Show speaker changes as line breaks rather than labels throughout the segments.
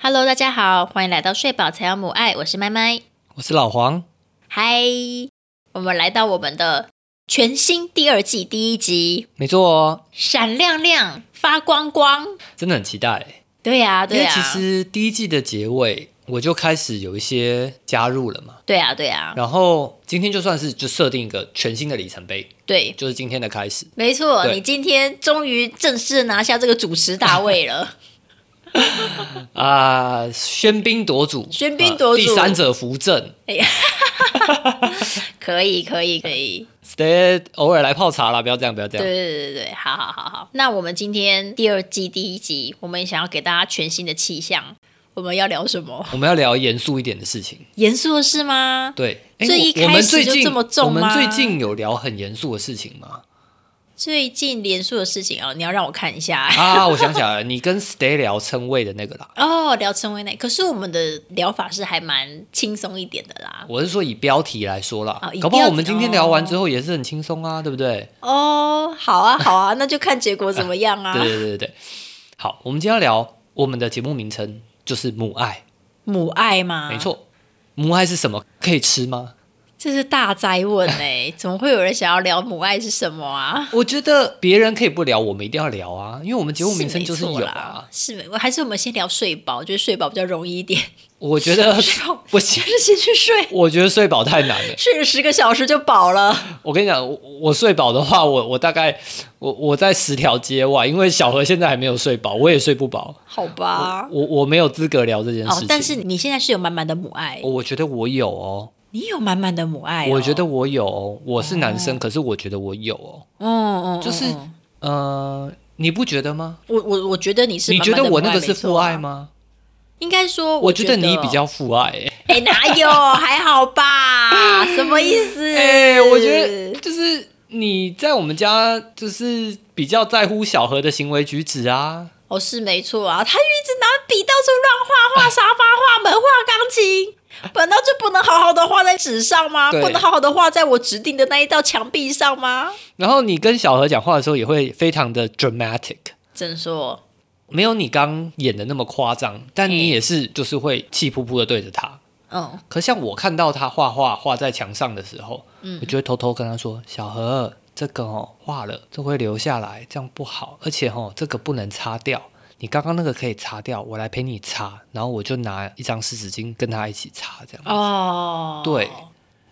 Hello，大家好，欢迎来到睡饱才有母爱，我是麦麦。
我是老黄，
嗨，我们来到我们的全新第二季第一集，
没错哦，
闪亮亮，发光光。
真的很期待耶。
对呀、
因
对啊
为
呀、
其实第一季的结尾我就开始有一些加入了嘛，
对呀、啊对呀、
然后今天就算是就设定一个全新的里程碑，
对，
就是今天的开始。
没错，
对
你今天终于正式拿下这个主持大位 了。
啊、喧宾夺主，
喧宾夺主
啊第三者扶正
可以，可以，可以。
，stay 偶尔来泡茶啦，不要这样，不要这
对
样。
对对对，好好好好。那我们今天第二季第一集，我们想要给大家全新的气象，我们要聊什么？
我们要聊严肃一点的事情，
严肃的事吗？
对。诶
所以一
我我
开
们
始
最
就
近
这么重
我们
吗
最近有聊很严肃的事情吗？
最近严肃的事情哦，你要让我看一下。
啊，我想起来了，你跟 Stay 聊称谓的那个啦。
哦，聊成为那，可是我们的疗法是还蛮轻松一点的啦。
我是说以标题来说啦，
哦以
搞不好
标
我
题
们今天聊完之后也是很轻松啊，对不对？
哦，好啊，好啊，那就看结果怎么样啊
对。对对对对。好，我们今天要聊我们的节目名称就是母爱，
母爱吗？
没，错。母爱是什么？可以吃吗？
这是大灾问哎、怎么会有人想要聊母爱是什么啊？
我觉得别人可以不聊，我们一定要聊啊，因为我们节目名称就是
没
有
错啦
啊。，
是没，还是我们先聊睡饱，觉得睡饱比较容易一 点，
我觉得不行
就，是先去睡，
我觉得睡饱太难了。
睡了十个小时就饱了。
我跟你讲，我我睡饱的话，我我大概我我在十条街外，因为小何现在还没有睡饱，我也睡不饱，
好吧，
我我没有资格聊这件事
哦
情。，
但是你现在是有满满的母爱，
我觉得我有哦。
你有满满的母爱哦、
我觉得我有哦，我是男生，可是我觉得我有哦，
嗯，嗯嗯，
就是
嗯
呃，你不觉得吗？
我我我觉得你是
你
满
觉
满的
得
母
我
爱
那个是
没啊错
父
啊
爱？吗？
应该说，
我
觉
觉得你比较父爱、欸，
哎、哪 有还好吧？什么意思？
哎、我觉得就是你在我们家就是比较在乎小何的行为举止啊，
哦是没错啊，他就一直拿笔到处乱画，画沙发，画门，画钢琴。难道就不能好好的画在纸上吗？
对
不能好好的画在我指定的那一道墙壁上吗？
然后你跟小何讲话的时候也会非常的 dramatic。
真说，
没有你刚演的那么夸张，但
哎
你也是就是会气扑扑的对着他。
嗯，
可像我看到他画画画在墙上的时候，
嗯
我就会偷偷跟他说：“小何，这个哦画了，这会留下来，这样不好，而且哦这个不能擦掉。你刚刚那个可以擦掉，我来陪你擦。”然后我就拿一张湿纸巾跟他一起擦，这样。
哦，
对，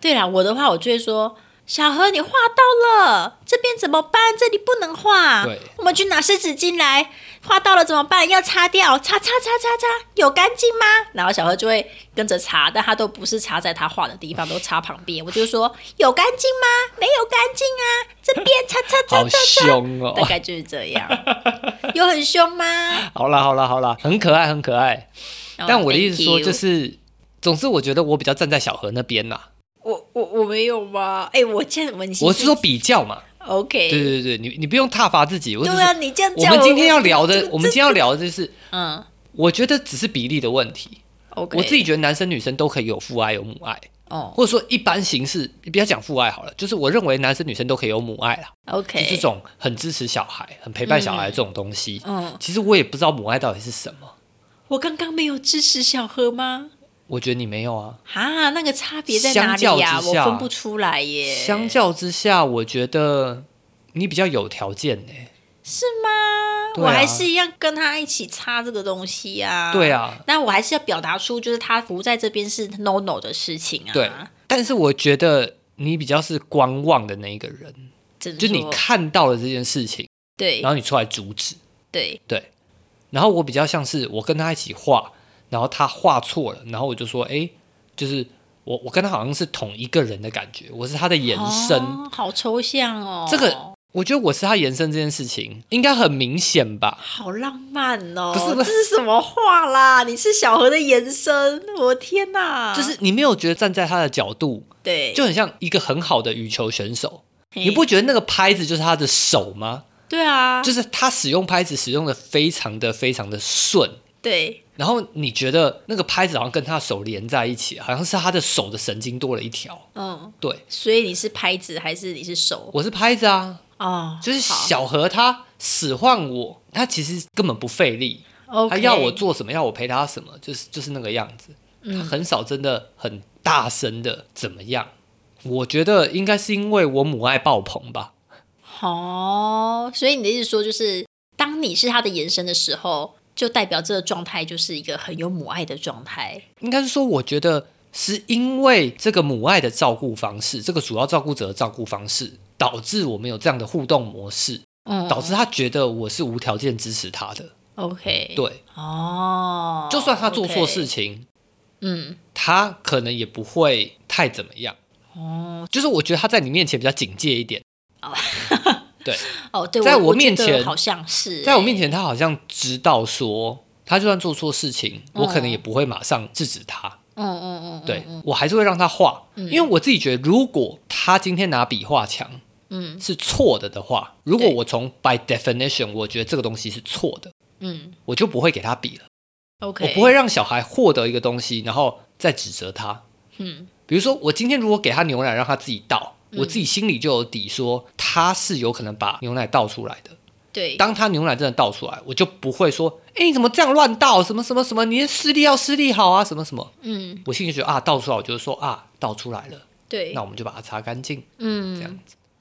对啦，我的话我就会说，小何你画到了，这边怎么办？这里不能画
对，
我们去拿湿纸巾来，画到了怎么办？要擦掉，擦擦擦擦擦，有干净吗？然后小何就会跟着擦，但他都不是擦在他画的地方，都擦旁边。我就说有干净吗？没有干净啊，这边擦擦擦
好
擦擦，
凶哦！
大概就是这样。有很凶吗？ 哦
好啦好啦好啦，很可爱很可爱。但我的意思说，就是是，总之我觉得我比较站在小何那边
嗯
啦。
我我我没有吗？哎、我这样，我你
我是说比较嘛，
OK，
对对对，你你不用挞伐自己。我是
嗯对啊，
说，
你这样
我
讲，
们今天要 聊
这
的
个，
我们今天要聊的就是，
嗯
我觉得只是比例的问题。
，OK，
我自己觉得男生女生都可以有父爱有母爱，
哦
或者说一般形式，不要讲父爱好了，就是我认为男生女生都可以有母爱啦，就
，OK，
是这种很支持小孩、很陪伴小孩这种东西。
嗯，
其实我也不知道母爱到底是什么，
我刚刚没有支持小何吗？
我觉得你没有啊。
啊，那个差别在哪里
相
呀、
较之
我
下
分不出来耶。
相较之下，我觉得你比较有条件呢、
是吗？
对啊
我还是一样跟他一起擦这个东西呀、
对。啊，
那我还是要表达出，就是他服在这边是 no no 的事情啊。
对，但是我觉得你比较是观望的那一个人，
真
就
说
你看到了这件事情，
对
然后你出来阻止。
对，
对，然后我比较像是我跟他一起画，然后他画错了，然后我就说，哎，就是我我跟他好像是同一个人的感觉，我是他的延伸。
哦、好抽象哦，
这个我觉得我是他延伸这件事情应该很明显吧？
好浪漫哦！
不是不
这
是
是什么话啦？你是小何的延伸，我天哪！
就是你没有觉得站在他的角度，
对，
就很像一个很好的羽球选手，
嘿
你不觉得那个拍子就是他的手吗？
对啊，
就是他使用拍子使用的非常的非常的顺。
对
然后你觉得那个拍子好像跟他的手连在一起，好像是他的手的神经多了一条。
嗯，
对，
所以你是拍子还是你是手
我是拍子啊，
哦，
就是
好
小何他使唤我，他其实根本不费力，
OK，
他要我做什么，要我陪他什么，就是就是那个样子。
嗯
他很少真的很大声的怎么样。我觉得应该是因为我母爱爆棚吧。
哦，所以你的意思说就是，当你是他的延伸的时候，就代表这个状态就是一个很有母爱的状态。
应该是说，我觉得是因为这个母爱的照顾方式，这个主要照顾者的照顾方式，导致我们有这样的互动模式，
嗯
导致他觉得我是无条件支持他的。
，OK，，
对，
哦，
就算他做错事
OK，
情，
嗯，
他可能也不会太怎么样。
哦，
就是我觉得他在你面前比较警戒一点，
哦，对，
在
我
我
觉
面
得
前
好像是，欸
在我面前他好像知道说，他就算做错事情，我可能
嗯
也不会马上制止他。
嗯，嗯嗯嗯，
对我还是会让他画，因为我自己觉得，如果他今天拿笔画墙，
嗯，
是错的的话，如果
对
我从 by definition 我觉得这个东西是错的，
嗯
我就不会给他笔了，
，OK，
我不会，让小孩获得一个东西，然后再指责他。
嗯
比如说，我今天如果给他牛奶让他自己倒，我自己心里就有底说他是有可能把牛奶倒出来的。
对，
当他牛奶真的倒出来，我就不会说，哎，你怎么这样乱倒？什么什么什么？你的视力要视力好啊，什么什么？
嗯
我心里觉得啊，倒出来，我就说啊，倒出来了。
对
那，我们就把它擦干净，这样
嗯，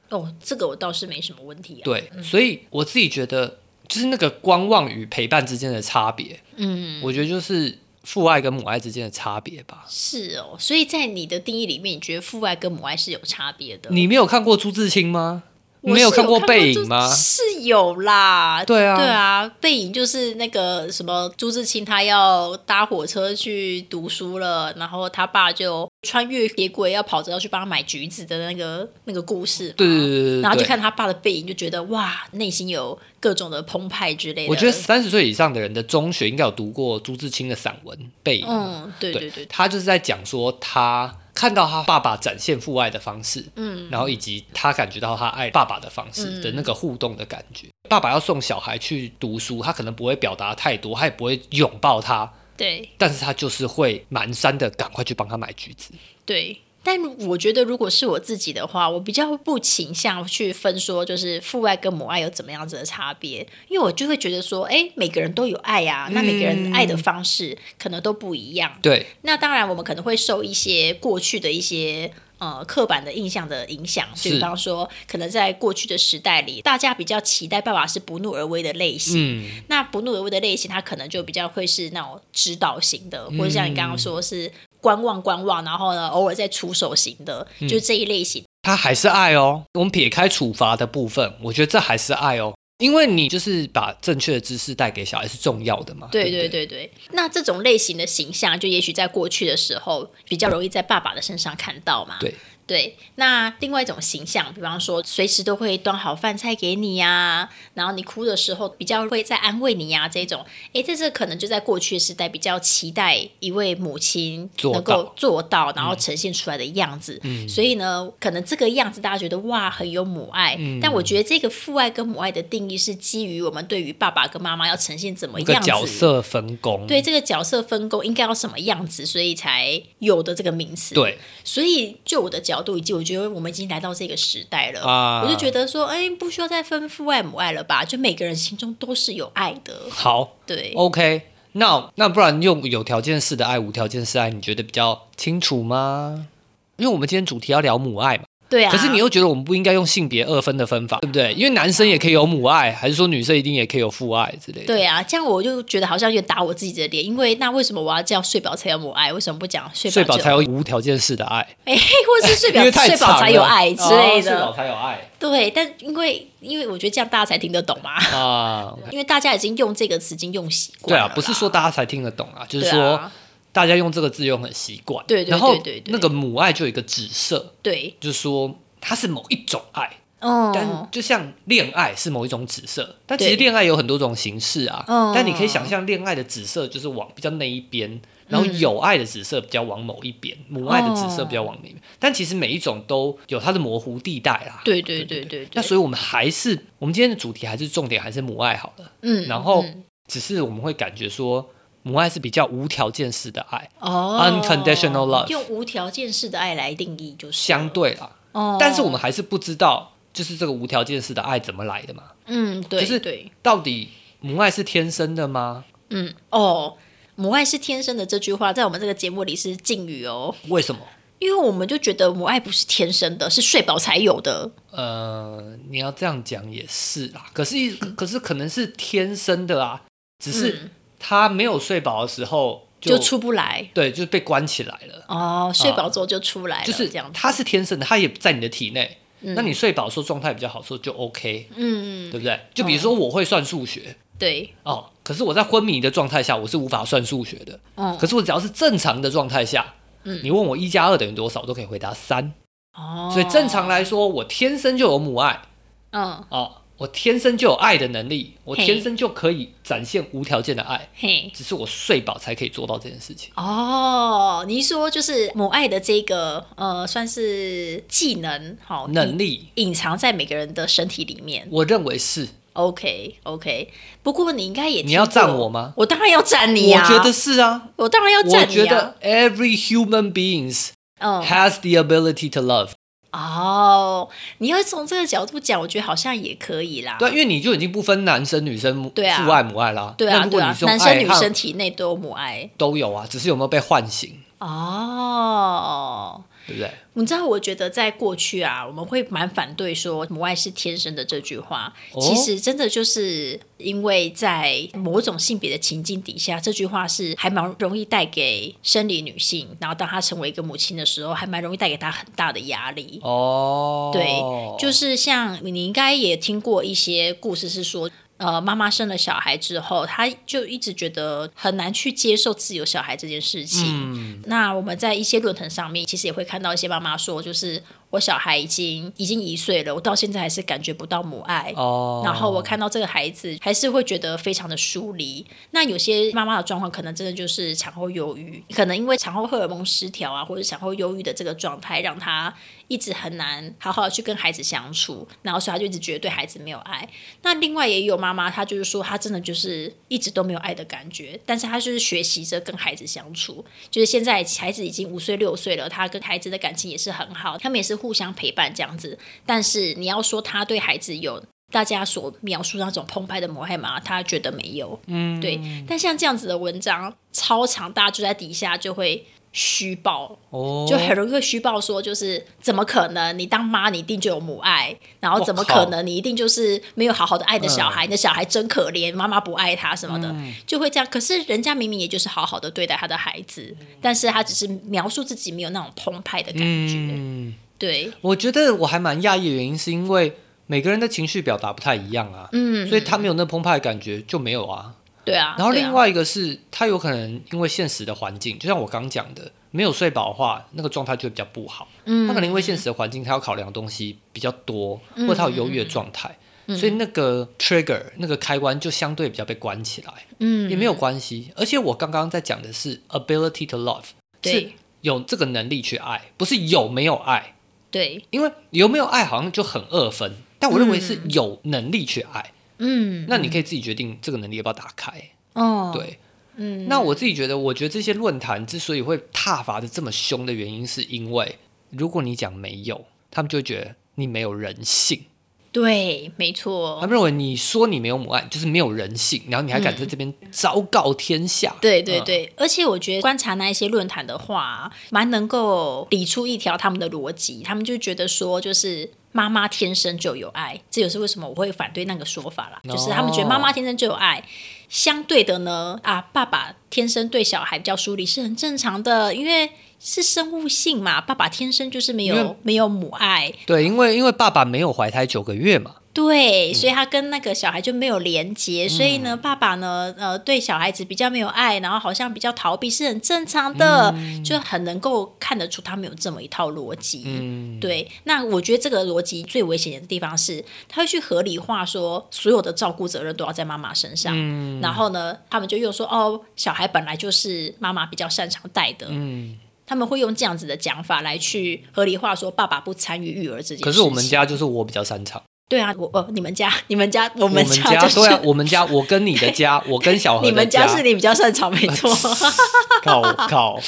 哦，这个我倒是没什么问题啊，，
对，所以我自己觉得，就是那个观望与陪伴之间的差别，
嗯，
我觉得就是父爱跟母爱之间的差别吧。
是哦，所以在你的定义里面，你觉得父爱跟母爱是有差别的？
你没有看过朱自清吗？
我
你没
是有
看过
过
《背影》
就
吗？
是有啦，
对啊
对啊，背影就是那个什么朱自清，他要搭火车去读书了，然后他爸就穿越铁轨，要跑着要去帮他买橘子的那个那个故事嘛，
对对对对对
然后就
对
看他爸的背影，就觉得哇，内心有各种的澎湃之类的。
我觉得三十岁以上的人的中学应该有读过朱自清的散文《背影》。
嗯，对对对，
他就是在讲说他看到他爸爸展现父爱的方式，嗯，然后以及他感觉到他爱爸爸的方
嗯
式的那个互动的感觉。爸爸要送小孩去读书，他可能不会表达太多，他也不会拥抱他，
对
但是他就是会蹒跚的赶快去帮他买橘子。
对。但我觉得，如果是我自己的话，我比较不倾向去分说，就是父爱跟母爱有怎么样子的差别，因为我就会觉得说，哎，每个人都有爱呀、那每个人爱的方式可能都不一样。
对，
那当然，我们可能会受一些过去的一些呃刻板的印象的影响，
是
就比方说，可能在过去的时代里，大家比较期待爸爸是不怒而威的类型。
嗯，
那不怒而威的类型，它可能就比较会是那种指导型
嗯
的，或者像你刚刚说是观望观望，然后呢偶尔再出手型的，
嗯
就这一类型。
他还是爱哦。我们撇开处罚的部分，我觉得这还是爱哦，因为你就是把正确的知识带给小孩是重要的嘛。
对
不
对对对，那这种类型的形象，就也许在过去的时候比较容易在爸爸的身上看到嘛。
对
对，那另外一种形象，比方说随时都会端好饭菜给你呀、然后你哭的时候比较会在安慰你呀、这种，诶，这是可能就在过去时代比较期待一位母亲
做
能
到嗯
够做到，然后呈现出来的样子。所以呢，可能这个样子大家觉得哇很有母爱，
嗯
但我觉得这个父爱跟母爱的定义是基于我们对于爸爸跟妈妈要呈现怎么
一个
样
角
子。
色分工。
对这个角色分工应该要什么样子，所以才有的这个名词。
对，
所以，就我的角度，以及我觉得我们已经来到这个时代了，
啊
我就觉得说，哎，不需要再分父爱母爱了吧？就每个人心中都是有爱的，
好，
对。
OK，那那不然用有条件式的爱，无条件式爱，你觉得比较清楚吗？因为我们今天主题要聊母爱嘛，
对啊，嗯
可是你又觉得我们不应该用性别二分的分法，对不对？因为男生也可以有母爱，还是说女生一定也可以有父爱之类的？
对啊，这样我就觉得好像有点打我自己的脸，因为那为什么我要叫睡饱才有母爱？为什么不讲睡
睡饱
就
才有无条件式的爱，
哎，或是睡
因
饱
为太
睡
长
饱
了
才有爱之类
哦睡
的？
饱才有爱
对，但因为因为我觉得这样大家才听得懂嘛，
啊。
因为大家已经用这个词已经用习
对
惯了
啊
啦，，
不是说大家才听得懂啊，就是
对
说
啊，
大家用这个字用很习惯。
对对
然后
对对对
那个母爱就有一个指涉，
对，
就是说它是某一种爱，
嗯
但，就像恋爱是某一种紫色，但其实
对
恋爱有很多种形式啊。
嗯
但你可以想象，恋爱的紫色就是往比较那一边，然后
嗯
友爱的紫色比较往某一边，母爱的紫色比较往那一边。但其实每一种都有它的模糊地带啊啦。
对对对对对
那，所以我们还是，我们今天的主题还是重点还是母爱好了。
嗯，
然后只是我们会感觉说，母爱是比较无条件式的爱，
哦
Unconditional love
用无条件式的爱来定义就是
相，对啦。
哦
但是我们还是不知道，就是这个无条件式的爱怎么来的嘛。
嗯，对，
就是
对，
到底母爱是天生的吗？
嗯，哦，母爱是天生的这句话，在我们这个节目里是禁语哦，
为什么？
因为我们就觉得母爱不是天生的，是睡饱才有的。
呃，你要这样讲也是啦，可是可是可能是天生的啊，只是他没有睡饱的时候
嗯就出不来
对，就是被关起来了。
哦，睡饱之后就出来了，
就是
这样子。
它是天生的，它也在你的体内。那你睡饱说状态比较好说就 OK，
嗯，
对不对？就比如说我会算数学
对，
哦，可是我在昏迷的状态下我是无法算数学的。
哦嗯
可是我只要是正常的状态下，你问我一加二等于多少，我都可以回答三。
哦，
所以正常来说，我天生就有母爱
嗯，
哦，我天生就有爱的能力，我
嘿
天生就可以展现无条件的爱，
嘿，
只是我睡饱才可以做到这件事情。
哦，你一说就是母爱的这个呃，算是技能，好
能力，
隐藏在每个人的身体里面。
我认为是，
OK OK，不过你应该也
你要
听过
赞我吗？
我当然要赞你
我
啊！
觉得是啊，
我当然要
我
赞
觉
你啊！
得 every human beings
嗯，
has the ability to love。
哦，你要从这个角度讲，我觉得好像也可以啦。
对，因为你就已经不分男生女生母
啊对啊
父爱母爱啦。
对
那
啊，
如果
对啊
你，是用
男生
爱
女
和
生体内都有母爱
都有啊，只是有没有被唤醒，
哦。
对不对？
你知道，我觉得在过去啊，我们会蛮反对说“母爱是天生的”这句话。
哦
其实真的就是因为在某种性别的情境底下，这句话是还蛮容易带给生理女性，然后当她成为一个母亲的时候，还蛮容易带给她很大的压力。
哦，
对，就是像你应该也听过一些故事，是说。呃，妈妈生了小孩之后，她就一直觉得很难去接受自己有小孩这件事情。
嗯，
那我们在一些论坛上面，其实也会看到一些妈妈说，就是我小孩已经已经一岁了，我到现在还是感觉不到母爱。
哦，
然后我看到这个孩子，还是会觉得非常的疏离。那有些妈妈的状况，可能真的就是产后忧郁，可能因为产后荷尔蒙失调啊，或者产后忧郁的这个状态，让她一直很难好好的去跟孩子相处，然后所以她就一直觉得对孩子没有爱。那另外也有妈妈，她就是说她真的就是一直都没有爱的感觉，但是她就是学习着跟孩子相处，就是现在孩子已经五岁六岁了，她跟孩子的感情也是很好，他们也是互相陪伴这样子。但是你要说她对孩子有大家所描述那种澎湃的母爱嘛，她觉得没有，嗯，对。但像这样子的文章超长，大家就在底下就会虚报，
哦，
就很容易会虚报说，就是怎么可能你当妈你一定就有母爱，然后
我
怎么
靠嗯
可能你一定就是没有好好的爱的小孩，你的小孩真可怜，妈妈不爱他什么的，就会这样。可是人家明明也就是好好的对待他的孩子，
嗯
但是他只是描述自己没有那种澎湃的感觉，
嗯，
对，
我觉得我还蛮讶异的原因是因为每个人的情绪表达不太一样啊，
嗯，
所以他没有那澎湃的感觉就没有啊。
对啊。
然后
对啊
另外一个是，他有可能因为现实的环境，就像我刚讲的，没有睡饱的话，那个状态就会比较不好。嗯，他可能因为现实的环境，他要考量的东西比较多，或者他有忧郁的状态，所以那个 trigger 那个开关就相对比较被关起来。嗯，也没有关系。而且我刚刚在讲的是 ability to love，是
对
有这个能力去爱，不是有没有爱。
对，
因为有没有爱好像就很二分，但我认为是有能力去爱。
嗯，
那你可以自己决定这个能力要不要打开。
哦，
对，
嗯，
那我自己觉得，我觉得这些论坛之所以会挞伐的这么凶的原因，是因为如果你讲没有，他们就会觉得你没有人性，
对，没
他
错，
们认为你说你没有母爱就是没有人性，然后你还敢在这边昭告天下，
嗯对对
嗯
对，而且我觉得观察那一些论坛的话，蛮能够理出一条他们的逻辑。他们就觉得说，就是妈妈天生就有爱，这也是为什么我会反对那个说法
哦
啦。就是他们觉得妈妈天生就有爱，相对的呢，啊，爸爸天生对小孩比较疏离是很正常的，因为是生物性嘛，爸爸天生就是没
因为
有没有母爱，
对，因为因为爸爸没有怀胎九个月嘛，
对，
嗯
所以他跟那个小孩就没有连接，所以呢，爸爸呢，呃，对小孩子比较没有爱，然后好像比较逃避，是很正常的，
嗯
就很能够看得出他们有这么一套逻辑。
嗯
对，那我觉得这个逻辑最危险的地方是，他会去合理化说所有的照顾责任都要在妈妈身上，
嗯
然后呢，他们就用说哦，小孩本来就是妈妈比较擅长带的，
嗯
他们会用这样子的讲法来去合理化说爸爸不参与育儿这件事情。
可是我们家就是我比较擅长，
对啊，我哦，你们家， 你们家，我
我
们
们
家就是
对啊，我们家我跟你的家，我 跟小何
你
的
们家是你比较擅长，没 错。
靠靠，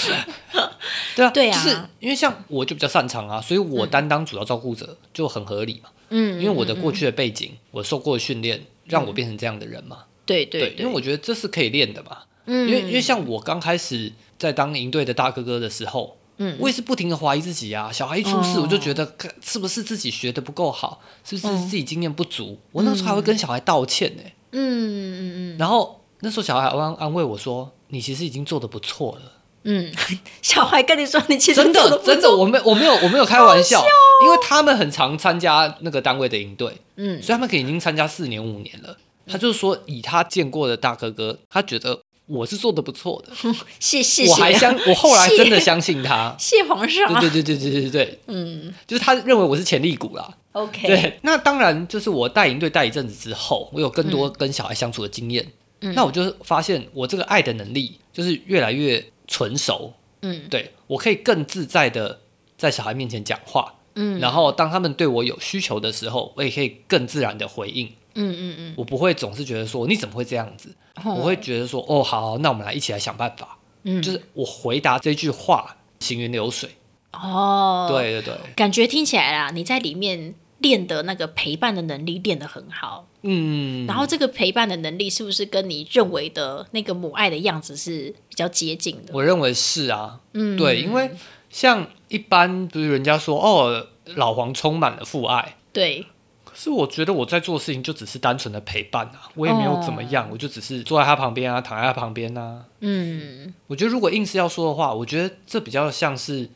对 啊，
对啊
就是因为像我就比较擅长啊，所以我担当主要照顾者就很合理嘛。
嗯
因为我的过去的背景，我受过的训练，让我变成这样的人嘛。
对对
因为我觉得这是可以练的嘛。嗯，因为因为像我刚开始在当营队的大哥哥的时候，嗯，我也是不停的怀疑自己啊。小孩一出事，
哦
我就觉得看是不是自己学的不够好，是不是
嗯
自己经验不足？我那时候还会跟小孩道歉呢、
嗯嗯嗯
然后那时候小孩还安安慰我说：“你其实已经做的不错了。”
嗯，小孩跟你说你 其实
真
做得
的
不
真的，我没我没有我没有开玩笑，
哦
因为他们很常参加那个单位的营队，
嗯
所以他们可以已经参加四年五年了。他就是说，以他见过的大哥哥，他觉得我是做的不错的，
谢谢谢，
我还相我后来真的
谢。
相信他
谢皇上啊
对对对对对对对，
嗯
就是他认为我是潜力股啦。
，OK，
对，那当然就是我带营队带一阵子之后，我有更多跟小孩相处的经验，
嗯
那我就发现我这个爱的能力就是越来越纯熟，
嗯
对我可以更自在的在小孩面前讲话，
嗯
然后当他们对我有需求的时候，我也可以更自然的回应，
嗯嗯嗯，
我不会总是觉得说你怎么会这样子，我会觉得说哦好，那我们来一起来想办法，
嗯
就是我回答这句话行云流水，
哦，，
对对对，
感觉听起来啦，你在里面练的那个陪伴的能力练得很好，
嗯，
然后这个陪伴的能力是不是跟你认为的那个母爱的样子是比较接近的？
我认为是啊，
嗯，
对，因为像一般不是人家说哦老黄充满了父爱。
对，
可是我觉得我在做的事情就只是单纯的陪伴啊，我也没有怎么样，
哦
我就只是坐在他旁边啊，躺在他旁边啊，
嗯
我觉得如果硬是要说的话，我觉得这比较像是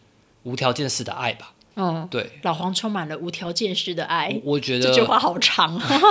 无条件式的爱吧。
嗯，
对，
老黄充满了无条件式的
我
爱，
我觉
这句
得
话好长 啊。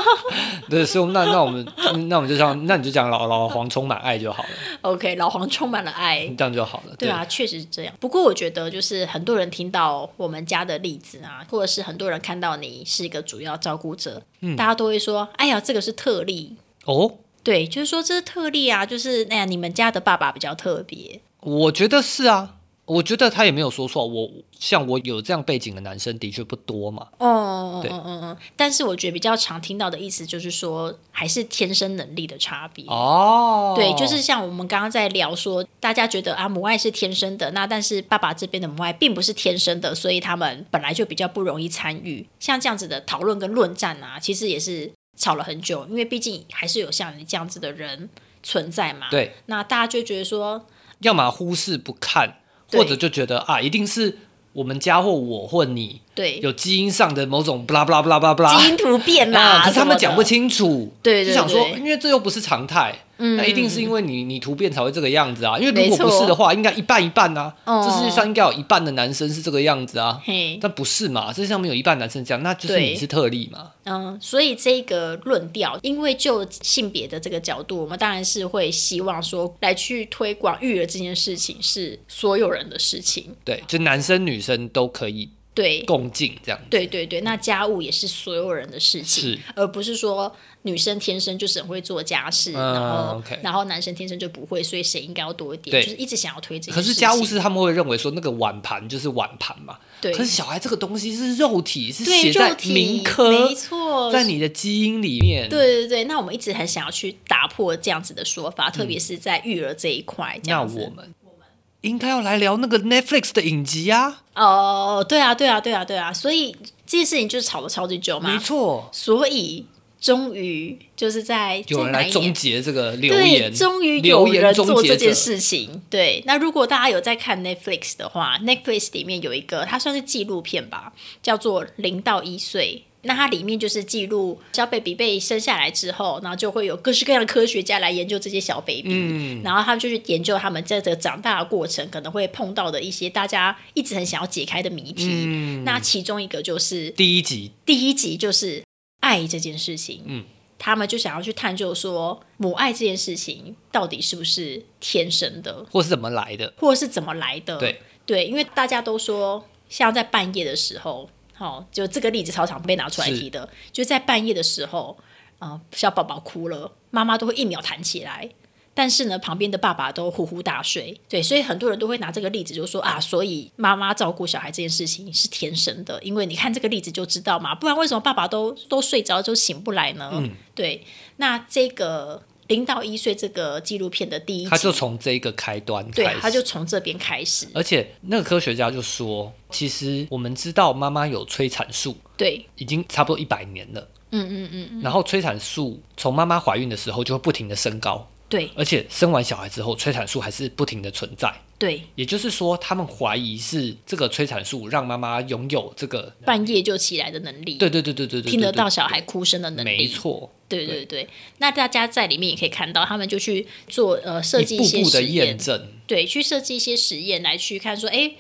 对，所以那那我们嗯那我们就像那你就讲老老黄充满爱就好了，
OK，老黄充满了爱，
这样就好了。
对啊，确实是这样。不过我觉得，就是很多人听到我们家的例子啊，或者是很多人看到你是一个主要照顾者，
嗯
大家都会说：“哎呀，这个是特例。
哦，”
对，就是说这是特例啊，就是哎呀，你们家的爸爸比较特别。
我觉得是啊，我觉得他也没有说错。我像我有这样背景的男生的确不多嘛。
哦，嗯
对
嗯嗯嗯。但是我觉得比较常听到的意思就是说，还是天生能力的差别。
哦，
对，就是像我们刚刚在聊说，大家觉得啊，母爱是天生的，那但是爸爸这边的母爱并不是天生的，所以他们本来就比较不容易参与。像这样子的讨论跟论战啊，其实也是吵了很久，因为毕竟还是有像你这样子的人存在嘛。，
对，
那大家就觉得说，
要么忽视不看，
对
或者就觉得啊，一定是我们家或我或你
对，
有基因上的某种 blah blah blah blah blah。
基因突变啦，
啊，可是他
什么
们
的
讲不。清楚，
对对
就想说，
对
因为这又不是常态，
嗯
那一定是因为你你突变才会这个样子啊，因为如
没
果
错
不是的话，应该一半一半啊，
哦
这世界上应该有一半的男生是这个样子啊，
嗯嘿，
但不是嘛，这世界上面有一半男生这样，那就是
对
你是特例嘛，
嗯，所以这个论调，因为就性别的这个角度，我们当然是会希望说来去推广育儿这件事情是所有人的事情，
对，就男生女生都可以
对。
共进这样，
对对对，那家务也是所有人的事情
是，
而不是说女生天生就是很会做家事，
嗯
然后、
OK
然后男生天生就不会，所以谁应该要多一点，
对
就是一直想要推这件
可
事
是
情。
家务事他们会认为说那个碗盘就是碗盘嘛，
对
可是小孩这个东西是肉体，是
对
写
肉
在
体
民科
没，错，
在你的基因里面，
对对对，那我们一直很想要去打破这样子的说法，特别是在育儿这一块。这
嗯那
样子
我们应该要来聊那个 Netflix 的影集啊，
哦，对啊，对啊，对啊，对啊，所以这件事情就是吵了超级久嘛
没，错，
所以终于就是在
有人来
在哪一
终
年
结这个留
对，
言，
终于有
留言
人
终
做这
结者
件，事情。对，那如果大家有在看 Netflix 的话，Netflix 里面有一个，它算是纪录片吧，叫做《零到一岁》。那它里面就是记录小 baby 被生下来之后，然后就会有各式各样的科学家来研究这些小 baby，、然后
嗯
他们就去研究他们在这个长大的过程可能会碰到的一些大家一直很想要解开的谜题。
嗯
那其中一个就是
第一集
第一集就是爱这件事情，
嗯，
他们就想要去探究说母爱这件事情到底是不是天生的，
或是怎么来的？
或者是怎么来的？
对
因为大家都说，像在半夜的时候，哦，就这个例子超常被拿出来
是
提的，就在半夜的时候，呃，小宝宝哭了，妈妈都会一秒弹起来。但是呢，旁边的爸爸都呼呼大睡，对，所以很多人都会拿这个例子就说啊，所以妈妈照顾小孩这件事情是天生的，因为你看这个例子就知道嘛，不然为什么爸爸都都睡着就醒不来呢？
嗯
对，那这个零到一岁这个纪录片的第一集，
他就从这个开端
对
开始，，
他就从这边开始，
而且那个科学家就说，其实我们知道妈妈有催产素，
对，
已经差不多一百年了。
嗯嗯嗯，
然后催产素从妈妈怀孕的时候就会不停的升高，
对
而且生完小孩之后，催产素还是不停的存在。
对，
也就是说，他们怀疑是这个催产素让妈妈拥有这个，
半夜就起来的能力，
对对对对对对，对
听得到小孩，哭声的能
对
力，
没错，
对对对，那大家在里面也可以看到，他们就去做呃设计
一步
些
步的
实验，
验证，
对，去设计一些实验来去看说，哎，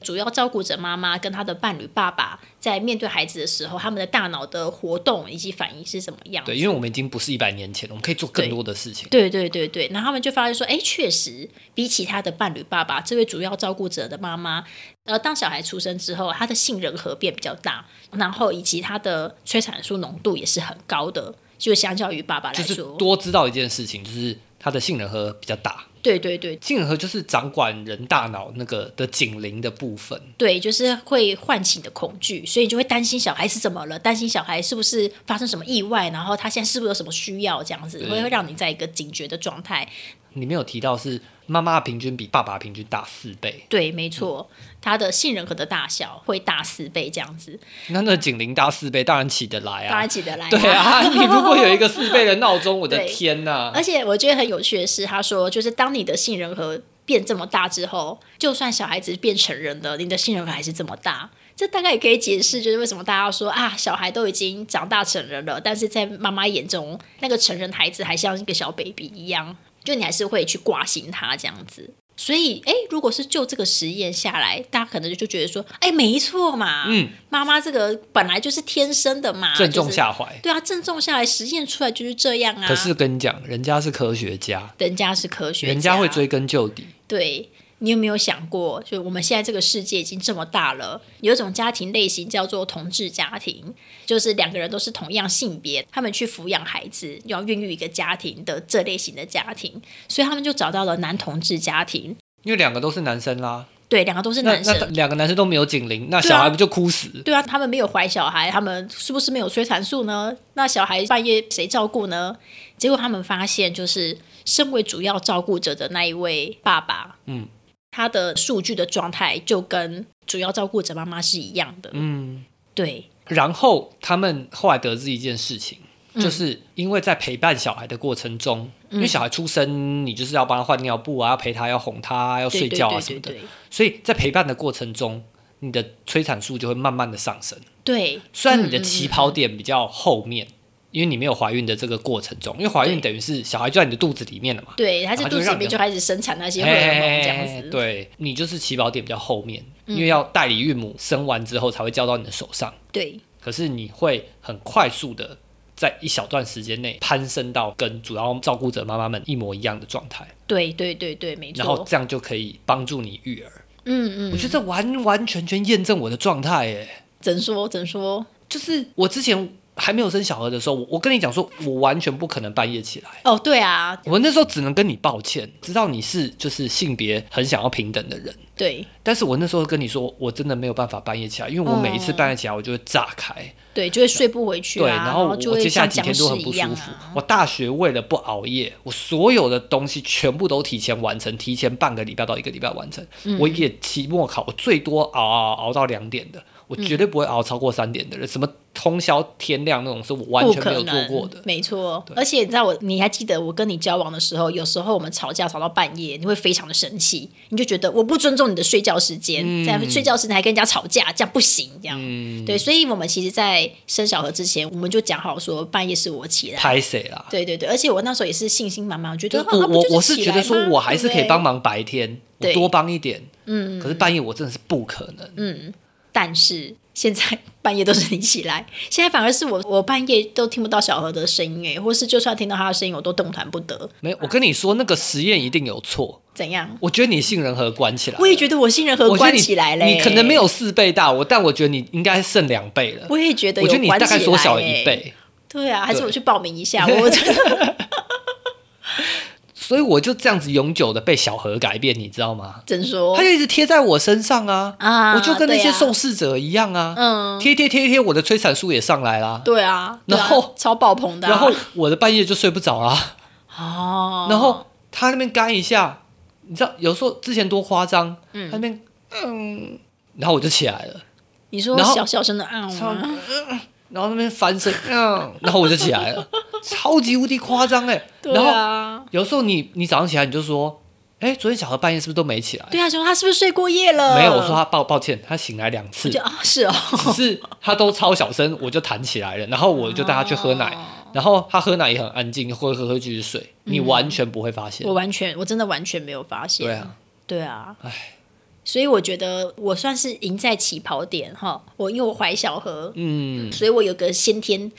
主要照顾者妈妈跟她的伴侣爸爸在面对孩子的时候，他们的大脑的活动以及反应是怎么样？
对，因为我们已经不是一百年前了，我们可以做更多的事情。
对对对对，然后他们就发现说，哎，确实比起他的伴侣爸爸，这位主要照顾者的妈妈，呃，当小孩出生之后，他的杏仁核变比较大，然后以及他的催产素浓度也是很高的，就相较于爸爸来
就是
说，
多知道一件事情，就是它的杏仁核比较大，
对对对
杏仁核就是掌管人大脑那个的警铃的部分。
对，就是会唤起你的恐惧，所以你就会担心小孩是怎么了，担心小孩是不是发生什么意外，然后他现在是不是有什么需要，这样子
对
会会让你在一个警觉的状态。
里面有提到是妈妈的平均比爸爸的平均大四倍，
对，没错，
嗯
他的杏仁核的大小会大四倍这样子，
那那警铃大四倍当然起得来
当
啊
然。起得来、
对
哎
啊，你如果有一个四倍的闹钟，我的
对
天呐、
而且我觉得很有趣的是，他说就是当你的杏仁核变这么大之后，就算小孩子变成人了，你的杏仁核还是这么大。这大概也可以解释，就是为什么大家说啊，小孩都已经长大成人了，但是在妈妈眼中，那个成人孩子还像一个小 baby 一样，就你还是会去挂心他这样子。所以，哎，如果是就这个实验下来，大家可能就觉得说，哎，没错嘛，
嗯，
妈妈这个本来就是天生的嘛，
正中
就是
下怀。
对啊，正中下来实验出来就是这样啊。
可是跟你讲，人家是科学家，
人家是科学家，
人家会。追根究底。
对你有没有想过，就我们现在这个世界已经这么大了，有一种家庭类型叫做同志家庭，就是两个人都是同样性别，他们去抚养孩子，要孕育一个家庭的这类型的家庭，所以他们就找到了男同志家庭。
因为两个都是男生啦，
对，两个都是
那
男
那
生。
两个男生都没有警铃，那
对啊
小孩不就哭死？
对啊，他们没有怀小孩，他们是不是没有催产素呢？那小孩半夜谁照顾呢？结果他们发现，就是身为主要照顾者的那一位爸爸，
嗯，
他的数据的状态就跟主要照顾者妈妈是一样的。
嗯。
对
然后他们后来得知一件事情，
嗯
就是因为在陪伴小孩的过程中，因为小孩出生，你就是要帮他换尿布啊，要陪他，要哄他啊，要
对
睡
对
觉啊
对
什么
对
的，
对
所以在陪伴的过程中，你的催产素就会慢慢的上升。
对
虽然你的起跑点比较后面，因为你没有怀孕的这个过程中，因为怀孕
嗯对
等于是小孩就在你的肚子里面了嘛，
对，他在
然后
肚
啊就
子
让
里面
你
就开始生产那些荷尔蒙这样
哎，
子。嗯
对你就是起跑点比较后面，因为要代理孕母生完之后才会交到你的手上，
对
可是你会很快速的。在一小段时间内攀升到跟主要照顾者妈妈们一模一样的状态，
对对对对，没
然后
错。
这样就可以帮助你育儿。
嗯嗯，
我觉得这完完全全验证我的状态耶，
怎说怎说？
就是我之前还没有生小孩的时候，我我跟你讲说，我完全不可能半夜起来。
哦，对啊，
我那时候只能跟你抱歉，知道你是就是性别很想要平等的人，
对
但是我那时候跟你说，我真的没有办法半夜起来，因为我每一次半夜起来，我就会炸开，
对，就会睡不回去啊，
对，
然
后我
就
我
会
接下
像
来几
僵
天
尸
都很
一
不舒
样
服
啊。。
我大学为了不熬夜，我所有的东西全部都提前完成，提前半个礼拜到一个礼拜完成。
嗯
我也期末考，我最多熬熬熬到两点的，我绝
嗯
对不会熬超过三点的人。什么通宵天亮那种，是我完
不
全
可
没有
能，
做过的。
没错。而且你知道我，你还记得我跟你交往的时候，有时候我们吵架吵到半夜，你会非常的生气，你就觉得我不尊重你的睡觉时间，
嗯
在睡觉时间还跟人家吵架，这样不行，这样。对，所以我们其实，在生小何之前，我们就讲好说半夜是我起来。
拍谁啦？
对对对，而且我那时候也是信心满满，我觉得、
就
啊、
我
啊
我
不就
我
是
是
起
觉得
来
说
吗
我还是可以
对
帮忙白天，我
对
多帮一点，嗯，可是半夜我真的是不可能，嗯，
但是现在 半夜都是你起来，现在反而是我，我半夜都听不到小何的声音，哎，或是就算听到他的声音，我都动弹不得，
没有，我跟你说那个实验一定有错，
怎样？
我觉得你杏仁核关起来，
我也觉得我杏仁核
我觉得
呃关
你
起来嘞，
你可能没，有四倍大，我但我觉得你应该剩两倍了，
我也觉得嗯
我
有
觉得你
关
大
起
概
来
缩小了
欸
一。倍，
对啊，还是
对
我去报名一下， 我真的
所以我就这样子永久的被小核改变，你知道吗？
怎说
它？就一直贴在我身上啊，
哦啊
我就跟那
对
些
啊
受试者一样啊，
嗯
贴贴贴贴，我的催产素也上来啦，
对啊，对啊
然后
超爆棚的啊，
然后我的半夜就睡不着啦。
哦，
然后他那边干一下，你知道，有时候之前多夸张，他那边嗯嗯，然后我就起来了，
你说
然后
小小声的啊，
超
吗
然后那边 翻身，嗯，然后我就起来了，超级无敌夸张哎、
对
然后
啊，
有时候你你早上起来你就说，哎，昨天小何半夜是不是都没起来？
对啊，说他是不是睡过夜了？
没有，我说他抱抱歉，他醒来两次
啊就，啊是哦，
只是他都超小声，我就弹起来了，然后我就带他去喝奶，
啊
然后他喝奶也很安静，喝喝喝继续睡，你完全不会发
嗯
现。
我完全我真的完全没有发现。
对啊，
对啊，
唉
所以我觉得我算是赢在起跑点哈。我因为我怀小何，
嗯，
所以我有个先天，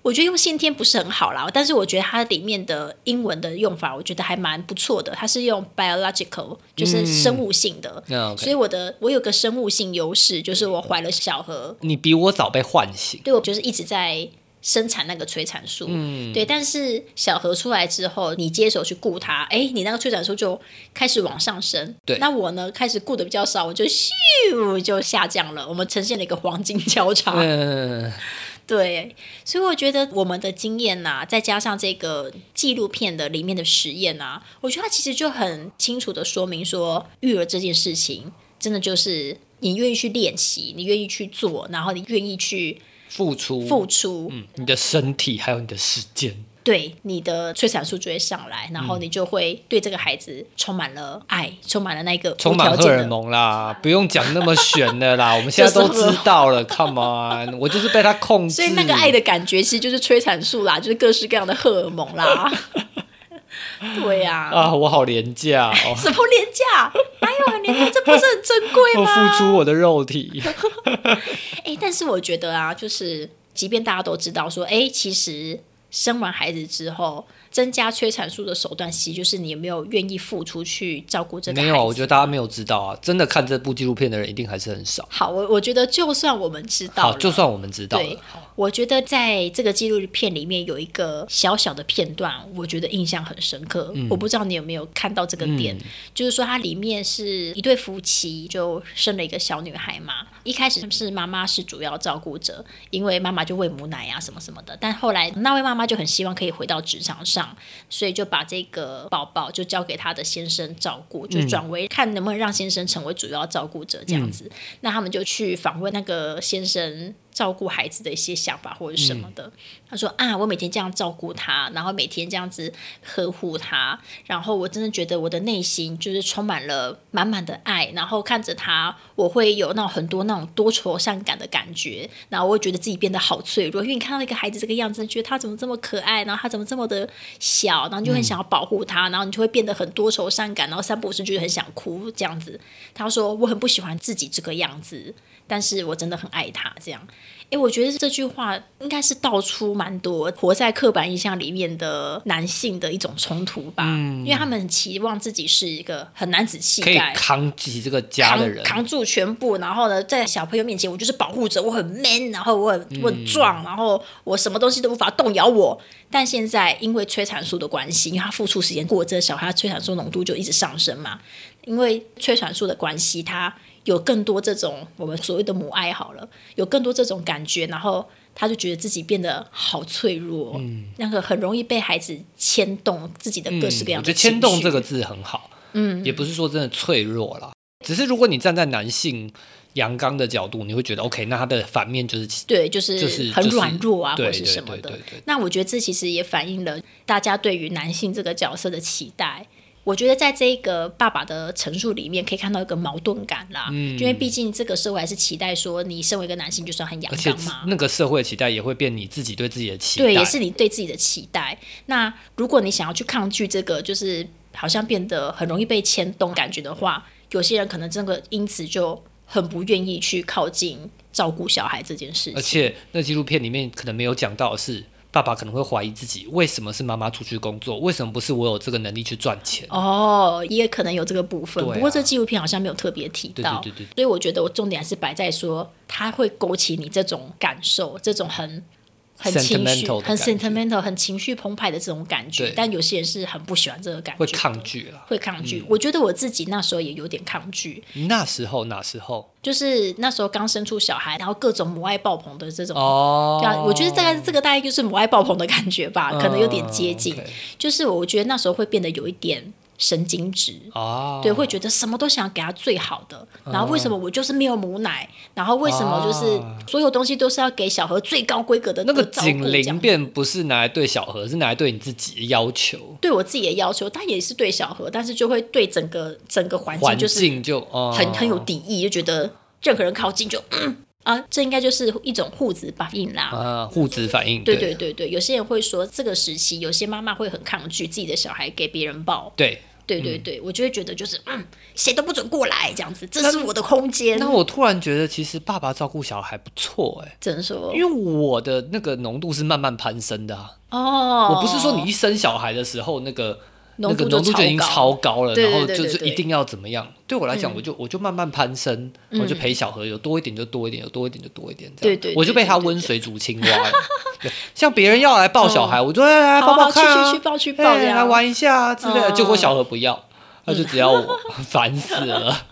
我觉得用先天不是很好啦，但是我觉得它里面的英文的用法，我觉得还蛮不错的。它是用 biological，就是生物性的，
那嗯啊 OK
所以我的我有个生物性优势，就是我怀了小何，
你比我早被唤醒，
对我就是一直在。生产那个催产素，嗯，对，但是小何出来之后，你接手去顾它，哎，你那个催产素就开始往上升，
对
那我呢，开始顾的比较少，我就咻就下降了，我们呈现了一个黄金交叉，
嗯，
对，所以我觉得我们的经验呐、再加上这个纪录片的里面的实验呐、我觉得它其实就很清楚的说明说，育儿这件事情真的就是你愿意去练习，你愿意去做，然后你愿意去
付出，
付出，
嗯，你的身体还有你的时间，
对你的催产素就会上来，然后你就会对这个孩子充满了爱，充满了那个
充
无
满
条
荷
件
尔
的。
蒙啦，不用讲那么玄 的啦，我们现在都知道了，Come on，我就是被他控制，
所以那个爱的感觉其实就是催产素啦，就是各式各样的荷尔蒙 啦。对呀、。
啊，我好廉价哦
什么哎廉价？哪有很廉价？这不是很珍贵
我
吗？
付出我的肉体，
哎、但哦是我觉得啊，就是即便大家都知道说，哎、其实生完孩子之后，增加催产素的手段，其实就是你有没有愿意付出去照顾这个
没
孩子。
有啊，我觉得大家没有知道啊，真的看这部纪录片的人一定还是很少。
好，我我觉得就算我们知道
好，
了，
就算我们知道
对
了，，
我觉得在这个纪录片里面有一个小小的片段，我觉得印象很深刻。
嗯
我不知道你有没有看到这个点，就是说它里面是一对夫妻就生了一个小女孩嘛，一开始是妈妈是主要照顾者，因为妈妈就喂母奶啊什么什么的，但后来那位妈妈就很希望可以回到职场上，所以就把这个宝宝就交给她的先生照顾，
嗯
就转为看能不能让先生成为主要照顾者这样子。那他们就去访问那个先生照顾孩子的一些想法或者什么的。他说啊，我每天这样照顾他，然后每天这样子呵护他，然后我真的觉得我的内心就是充满了满满的爱，然后看着他，我会有那种很多那种多愁善感的感觉，然后我会觉得自己变得好脆弱，因为你看到一个孩子这个样子，你觉得他怎么这么可爱，然后他怎么这么的小，然后
嗯
你就很想要保护他，然后你就会变得很多愁善感，然后三不五时就很想哭这样子。他说我很不喜欢自己这个样子，但是我真的很爱他这样。诶，我觉得这句话应该是道出蛮多活在刻板印象里面的男性的一种冲突吧，因为他们很期望自己是一个很男子气
嗯可以
概。
扛起这个家
扛
的人，
扛住全部，然后呢，在小朋友面前，我就是保护者，我很 man，然后我很
嗯
我很壮，然后我什么东西都无法动摇我。但现在因为催产素的关系，因为他付出时间过，这个小孩他催产素浓度就一直上升嘛。因为催产素的关系，他有更多这种我们所谓的母爱好了，有更多这种感觉，然后他就觉得自己变得好脆弱，嗯，那个很容易被孩子牵动自己的各式各
嗯
样
我
的
觉得“
情绪、
牵动”这个字很好，嗯，也不是说真的脆弱啦，只是如果你站在男性阳刚的角度，你会觉得 OK，那他的反面就是
对，就是
就是
很
就是
软弱啊，
对
或是什么的。
对对对对
那我觉得这其实也反映了大家对于男性这个角色的期待。我觉得在这个爸爸的陈述里面，可以看到一个矛盾感啦，
嗯
因为毕竟这个社会还是期待说，你身为一个男性就是要很阳
而且
刚嘛，
那个社会期待也会变你自己对自己的期待，
对，也是你对自己的期待。那如果你想要去抗拒这个，就是好像变得很容易被牵动感觉的话，有些人可能真的因此就很不愿意去靠近照顾小孩这件事
而
情。
且那纪录片里面可能没有讲到的是，爸爸可能会怀疑自己为什么是妈妈出去工作，为什么不是我有这个能力去赚钱？
哦，也可能有这个部分，
对啊
不过这纪录片好像没有特别提到，
对对对对
所以我觉得我重点还是摆在说，它会勾起你这种感受，这种很很情绪、
Sentimental 的
很
感觉
sentimental、很情绪澎湃的这种感觉
对，
但有些人是很不喜欢这个感觉，
会抗，嗯拒啦。
会抗拒。我觉得我自己那时候也有点抗拒，
那时候，那时候
就是那时候刚生出小孩，然后各种母爱爆棚的这种。
哦，
对啊，我觉得大概这个大概就是母爱爆棚的感觉吧，可能有点接近。
嗯嗯，OK
就是我觉得那时候会变得有一点神经质。
哦，
对，会觉得什么都想给他最好的，然后为什么我就是没有母奶？然后为什么就是
啊
所有东西都是要给小何最高规格的
那个
照顾
警
这样
铃便不是拿来对小何，是拿来对你自己的要求。
对我自己的要求，但也是对小何，但是就会对整个整个环境
环
就是
境就哦
很、
很
很有敌意，就觉得任何人靠近就嗯啊，这应该就是一种互子反应啦。
啊互质反应，
对
对
对对对，有些人会说这个时期，有些妈妈会很抗拒自己的小孩给别人抱。
对
对
嗯
对对，我就会觉得就是嗯，谁都不准过来这样子，这是我的空间。
那我突然觉得，其实爸爸照顾小孩不错哎、
只能说
因为我的那个浓度是慢慢攀升的啊。
哦，
我不是说你一生小孩的时候，那个那
浓
个
度
浓
就
度就已经
超
超高了，
对对
然后
对
就
对
是
对嗯
一定要怎么样？对我来讲，我就我就慢慢攀升，我就陪小何有多一点就多一点，有多一点就多一点，这
对
样
对对
我就被他
对对对
温水煮 青蛙了。对像别人要来抱小孩，我就哎来来
好啊
抱抱看
好去
啊，
去去抱去抱
哎
这样
来玩一下啊之类的。
嗯
结果小何不要，他就只 要我，烦死了。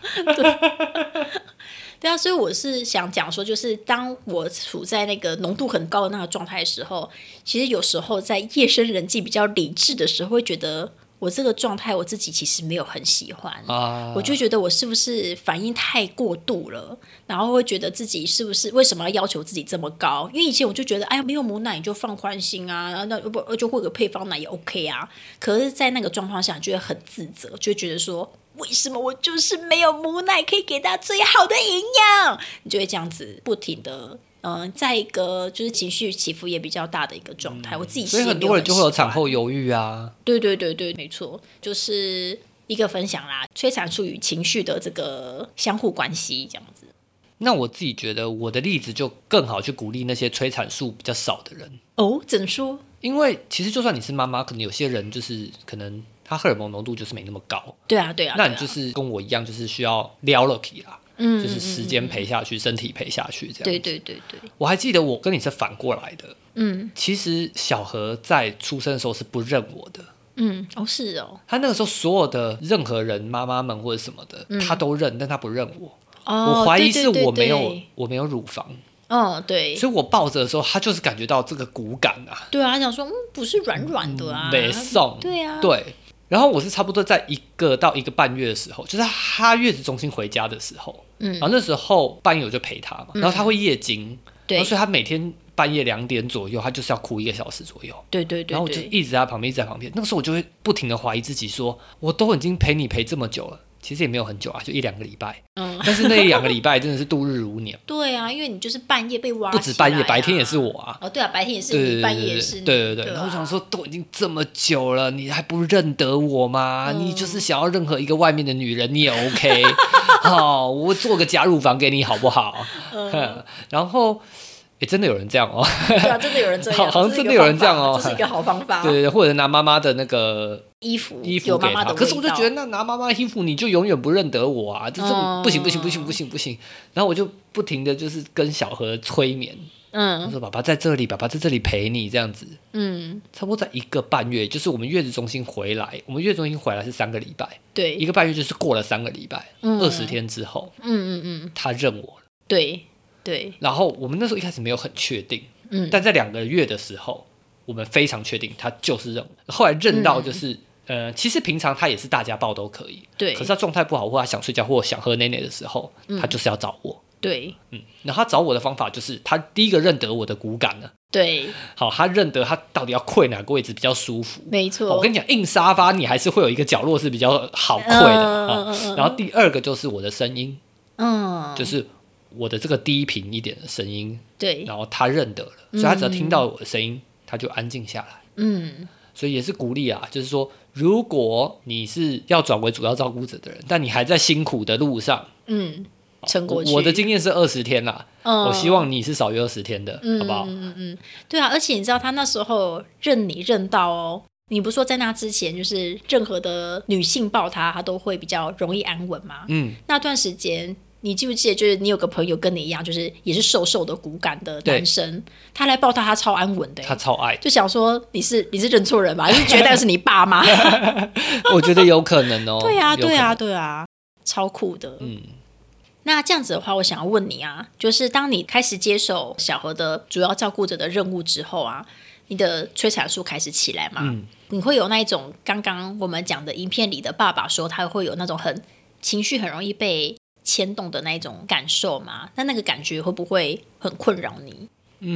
对啊，所以我是想讲说，就是当我处在那个浓度很高的那个状态的时候，其实有时候在夜深人静、比较理智的时候，会觉得我这个状态我自己其实没有很喜欢。
啊
我就觉得我是不是反应太过度了，然后会觉得自己是不是为什么要要求自己这么高？因为以前我就觉得，哎呀，没有母奶你就放宽心啊，然后那不就混个配方奶也 OK 啊。可是，在那个状况下，就会很自责，就会觉得说，为什么我就是没有母奶可以给大家最好的营养？你就会这样子不停的。嗯，在一个就是情绪起伏也比较大的一个状态，我自己
嗯所以
是
很
没
多人
很
就会有
喜
产
欢
后忧郁啊，
对对对对，没错，就是一个分享啦，催产素与情绪的这个相互关系，这样子。
那我自己觉得我的例子就更好去鼓励那些催产素比较少的人，
哦，怎么说？
因为其实就算你是妈妈，可能有些人就是可能他荷尔蒙浓度就是没那么高，
对啊，对啊，
那
对
你
啊
就是跟我一样，就是需要撩了 k 啦，
嗯，
就是
嗯
时间陪下去，身体陪下去这样。
对，对对对，
我还记得我跟你是反过来的，
嗯
其实小何在出生的时候是不认我的。
嗯，哦是哦，
他那个时候所有的任何人，妈妈们或者什么的，他都认，但他不认我。
嗯哦，
我怀疑
对
是我没有，，
对对对
我没有乳房，
嗯对，
所以我抱着的时候，他就是感觉到这个骨感啊，
对啊，想说嗯不是软软的啊，
没送，
对啊，
对。然后我是差不多在一个到一个半月的时候，就是他月子中心回家的时候，
嗯
然后那时候半夜我就陪他嘛，然后他会夜经，
对
然后所以他每天半夜两点左右，他就是要哭一个小时左右，
对对对
然后我就
对，
一直在他旁边，一直在旁边。那个时候我就会不停的怀疑自己说，我都已经陪你陪这么久了，其实也没有很久啊，就一两个礼拜，
嗯
但是那一两个礼拜真的是度日 如年，
对啊，因为你就是半夜被挖，
不止半夜，白天也是。我啊。
哦，对啊，白天也是
对
你，
对
半
对
夜也
对
是
对
你，
对对，
对
然
啊
后我想说，都已经这么久了，你还不认得我吗？
嗯
你就是想要任何一个外面的女人，你也 OK，好、我做个加入房给你好不好？ 然后，也真的有人这样哦，
对嗯啊，真的有人这样，
好 好像
这是一
真
个
的有
方
人
法
这样哦
这是一个好方法，
对对对，或者拿妈妈的那个
衣服
衣服
有
给
妈妈，
他
的味道，
可是我就觉得那拿妈妈的衣服你就永远不认得我啊，这这种
嗯
不行不行不行不行不行，然后我就不停的就是跟小何催眠，我
嗯
说爸爸在这里，爸爸在这里陪你这样子，
嗯，
差不多在一个半月，就是我们月子中心回来，我们月子中心回来是三个礼拜，
对，
一个半月就是过了三个礼拜，
嗯
二十、天之后
嗯嗯嗯，
他认我了，
对对，
然后我们那时候一开始没有很确定，
嗯
但在两个月的时候，我们非常确定他就是认我，后来认
嗯
到就是。呃，其实平常他也是大家抱都可以，
对嗯
可是他状态不好，或他想睡觉，或想喝奶奶的时候，他就是要找我。
对
嗯，然后他找我的方法就是，他第一个认得我的骨感了。
对，
好，他认得他到底要跪哪个位置比较舒服。
没
好我
错
跟，你讲，硬沙发你还是会有一个角落是比较好跪的、
嗯
啊
嗯嗯嗯
然后第二个就是我的声音，
嗯，
就是我的这个低频一点的声音，
对，
然后他认得了，所以他只要听到我的声音，他就安静下来。
嗯
所以也是鼓励啊，就是说，如果你是要转为主要照顾者的人，但你还在辛苦的路上，
嗯，撑过
我
去，
我的经验是二十天啦，
嗯，
我希望你是少于二十天的，好不好？
嗯嗯嗯，对啊，而且你知道他那时候认你认到哦。你不是说在那之前，就是任何的女性抱他，他都会比较容易安稳吗？
嗯，
那段时间，你记不记得，就是你有个朋友跟你一样，就是也是瘦瘦的骨感的
对
男生，他来抱他，他超安稳的欸、
他超爱，
就想说你是你是认错人吧？因为绝对是你爸妈。
我觉得有可能哦。
对啊，
有可能
对啊，，对啊，超酷的。
嗯，
那这样子的话，我想要问你啊，就是当你开始接手小何的主要照顾者的任务之后啊，你的催产素开始起来嘛，
嗯
你会有那一种刚刚我们讲的影片里的爸爸说他会有那种很情绪很容易被牵动的那一种感受嘛？那那个感觉会不会很困扰你？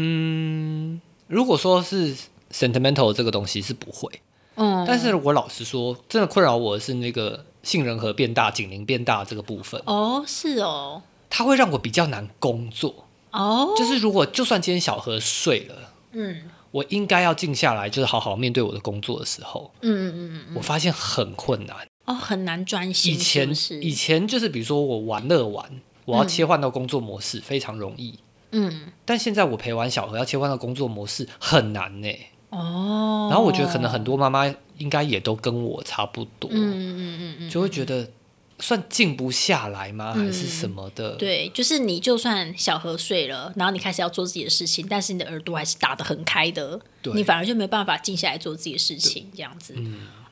如果说是 sentimental 这个东西是不会，
嗯，
但是我老实说，真的困扰我的是那个杏仁核变大、警铃变大这个部分，
哦，是哦，
它会让我比较难工作。
哦，
就是如果就算今天小何睡了，
嗯
我应该要静下来，就是好好面对我的工作的时候，
嗯嗯嗯，
我发现很困难。
哦，很难专心，
以前
是嗯不
以
是，
前就是比如说我玩乐完，我要切换到工作模式、非常容易，
嗯，
但现在我陪完小何要切换到工作模式很难呢、
哦，
然后我觉得可能很多妈妈应该也都跟我差不多，
嗯，嗯嗯嗯嗯，
就会觉得算静不下来吗？还是什么的？，
嗯对，就是你就算小喝睡了，然后你开始要做自己的事情，但是你的耳朵还是打得很开的，
对嗯
你反而就没办法静下来做自己的事情，这样子。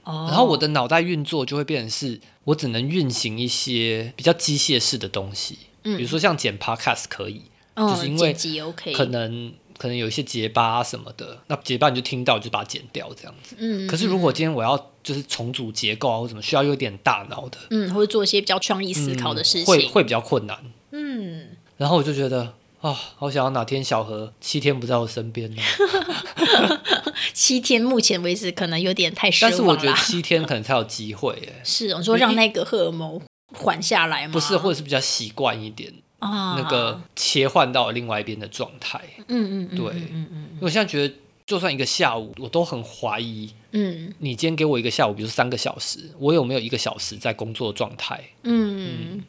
哦，
然后我的脑袋运作就会变成是我只能运行一些比较机械式的东西，比如说像剪 podcast 可以，
嗯
就是因为
剪辑 OK，
可能可能有一些结巴啊什么的，那结巴你就听到就把它剪掉这样子。
嗯
可是如果今天我要就是重组结构啊或什么，需要有点大脑的
嗯，或者做一些比较创意思考的事
嗯会
情，
会比较困难。
嗯，
然后我就觉得啊、好想要哪天小何七天不在我身边呢。
七天目前为止可能有点太失
但
望
是
啦。
我觉得七天可能才有机会耶，
是哦，你说让那个荷尔蒙缓下来吗？
不是，或者是比较习惯一点
啊，
那个切换到另外一边的状态。
嗯，嗯嗯，
对
嗯嗯
因为我现在觉得，就算一个下午，我都很怀疑，
嗯
你今天给我一个下午，比如三个小时，我有没有一个小时在工作状态？
嗯，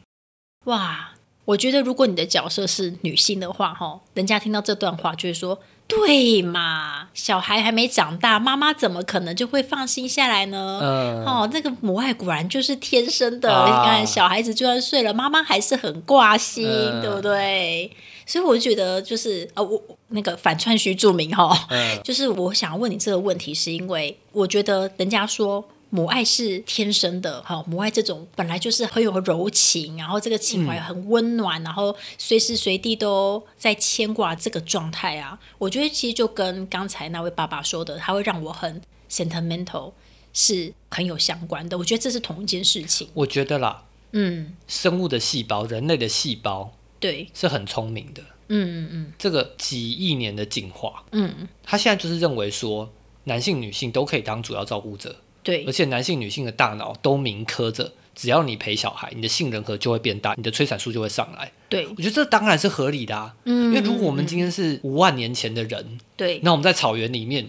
哇，我觉得如果你的角色是女性的话，哈，人家听到这段话就会说。对嘛，小孩还没长大，妈妈怎么可能就会放心下来呢？
嗯，
哦，那个母爱果然就是天生的。
啊
你看，小孩子就算睡了，妈妈还是很挂心，
嗯
对不对？所以我觉得就是呃，我我那个反串徐著名哈、
嗯
就是我想问你这个问题，是因为我觉得人家说。母爱是天生的，哈，母爱这种本来就是很有柔情，然后这个情怀很温暖，然后随时随地都在牵挂这个状态啊。我觉得其实就跟刚才那位爸爸说的，他会让我很 sentimental，是很有相关的。我觉得这是同一件事情。
我觉得啦，
嗯，
生物的细胞，人类的细胞
对，
是很聪明的，
嗯嗯
这个几亿年的进化，
嗯嗯，
它现在就是认为说，男性、女性都可以当主要照顾者，而
对，
且男性、女性的大脑都铭刻着，只要你陪小孩，你的杏仁核就会变大，你的催产素就会上来。
对，
我觉得这当然是合理的、啊，
嗯
因为如果我们今天是五万年前的人，
对，
那我们在草原里面，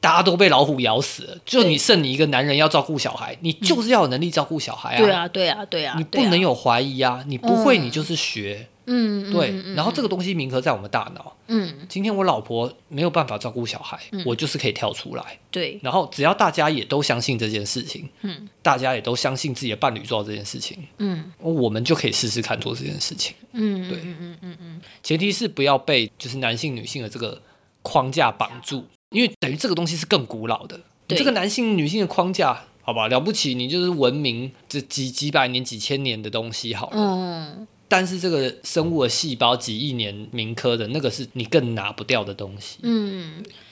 大家都被老虎咬死了，就你剩你一个男人要照顾小孩，你就是要有能力照顾小孩
嗯对
啊，
啊，对啊，对啊，
你
对
不
啊
能，有怀疑啊，你不会你就是学，
嗯，嗯
对，然后这个东西铭刻在我们大脑。
嗯，
今天我老婆没有办法照顾小孩，我就是可以跳出来。
对，
然后只要大家也都相信这件事情，嗯，大家也都相信自己的伴侣做到这件事情，哦
嗯
我们就可以试试看做这件事情。
嗯，
对前提是不要被就是男性女性的这个框架绑住，因为等于这个东西是更古老的。你
对
这个男性女性的框架，好吧，了不起，你就是文明这几几百年、几千年的东西好了。
嗯，
但是这个生物的细胞几亿年铭刻的那个是你更拿不掉的东西。
嗯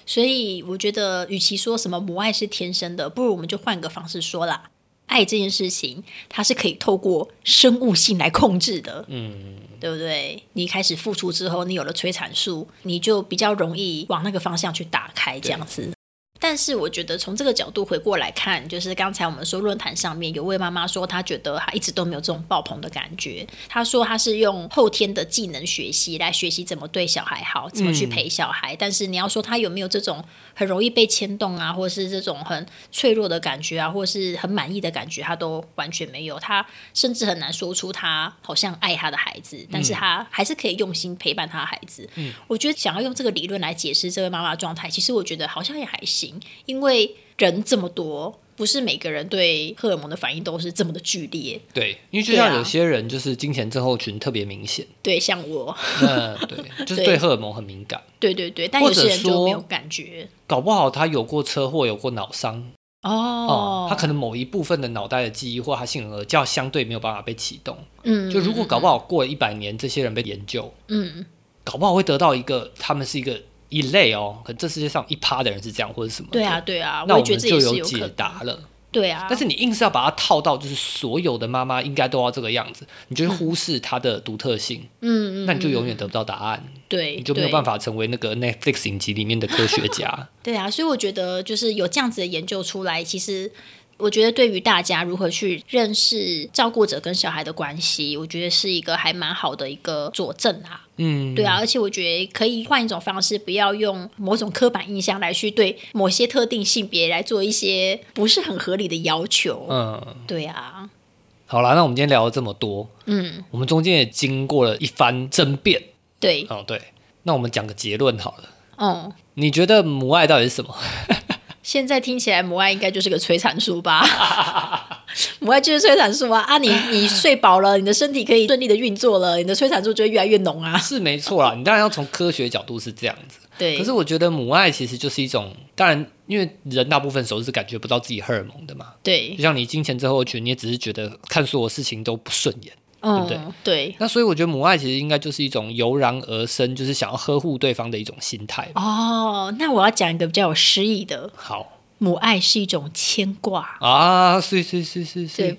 所以我觉得，与其说什么母爱是天生的，不如我们就换个方式说啦。爱这件事情，它是可以透过生物性来控制的，嗯，对不对？你开始付出之后，你有了催产素，你就比较容易往那个方向去打开，这样子。但是我觉得从这个角度回过来看，就是刚才我们说论坛上面有位妈妈说，她觉得她一直都没有这种爆棚的感觉。她说她是用后天的技能学习来学习怎么对小孩好，怎么去陪小孩。但是你要说她有没有这种很容易被牵动啊，或是这种很脆弱的感觉啊，或是很满意的感觉，她都完全没有。她甚至很难说出她好像爱她的孩子，但
嗯
是她还是可以用心陪伴她的孩子。我觉得想要用这个理论来解释这位妈妈的状态，其实我觉得好像也还行，因为人这么多，不是每个人对荷尔蒙的反应都是这么的剧烈。
对，因为就
对啊
像有些人就是金钱症候群特别明显，
对，像我，
嗯，对，就是对荷尔蒙很敏感。
对对对，但
或
有
者
些人就
说
没有感觉
搞不好他有过车祸，有过脑伤哦、
哦。
他可能某一部分的脑袋的记忆或他杏仁核较相对没有办法被启动。
嗯，
就如果搞不好过了一百年，这些人被研究，
嗯
搞不好会得到一个他们是一个一类哦，可能这世界上一趴的人是这样，或者什么的。
对啊，对啊，
那
也
我
觉
们
得这
就
也是有可
解
能。
答了。
对啊，
但是你硬是要把它套到，就是所有的妈妈应该都要这个样子，你就会忽视它的独特性，
嗯嗯嗯，
那你就永远得不到答案，
对，
你就没有
对
办法成为那个 Netflix 影集里面的科学 家。
对啊，所以我觉得就是有这样子的研究出来，其实我觉得对于大家如何去认识照顾者跟小孩的关系，我觉得是一个还蛮好的一个佐证啊。
嗯，
对啊，而且我觉得可以换一种方式，不要用某种刻板印象来去对某些特定性别来做一些不是很合理的要求。
嗯，
对啊，
好啦，那我们今天聊了这么多，
嗯，
我们中间也经过了一番争辩。
对，
哦，对，那我们讲个结论好了。
嗯，
你觉得母爱到底是什么？
现在听起来母爱应该就是个催产素吧？ 母爱就是催产素啊！啊你，你睡饱了，你的身体可以顺利的运作了，你的催产素就会越来越浓啊。
是没错啦，你当然要从科学角度是这样子。
对，
可是我觉得母爱其实就是一种，当然，因为人大部分时候是感觉不到自己荷尔蒙的嘛。
对
就，像你经前之后去，你也只是觉得看所有事情都不顺眼。
嗯，
对
对
那所以我觉得母爱其实应该就是一种油然而生，就是想要呵护对方的一种心态吧。
哦，那我要讲一个比较有诗意的，
好
母爱是一种牵挂，
啊，是是是是是，
对
啊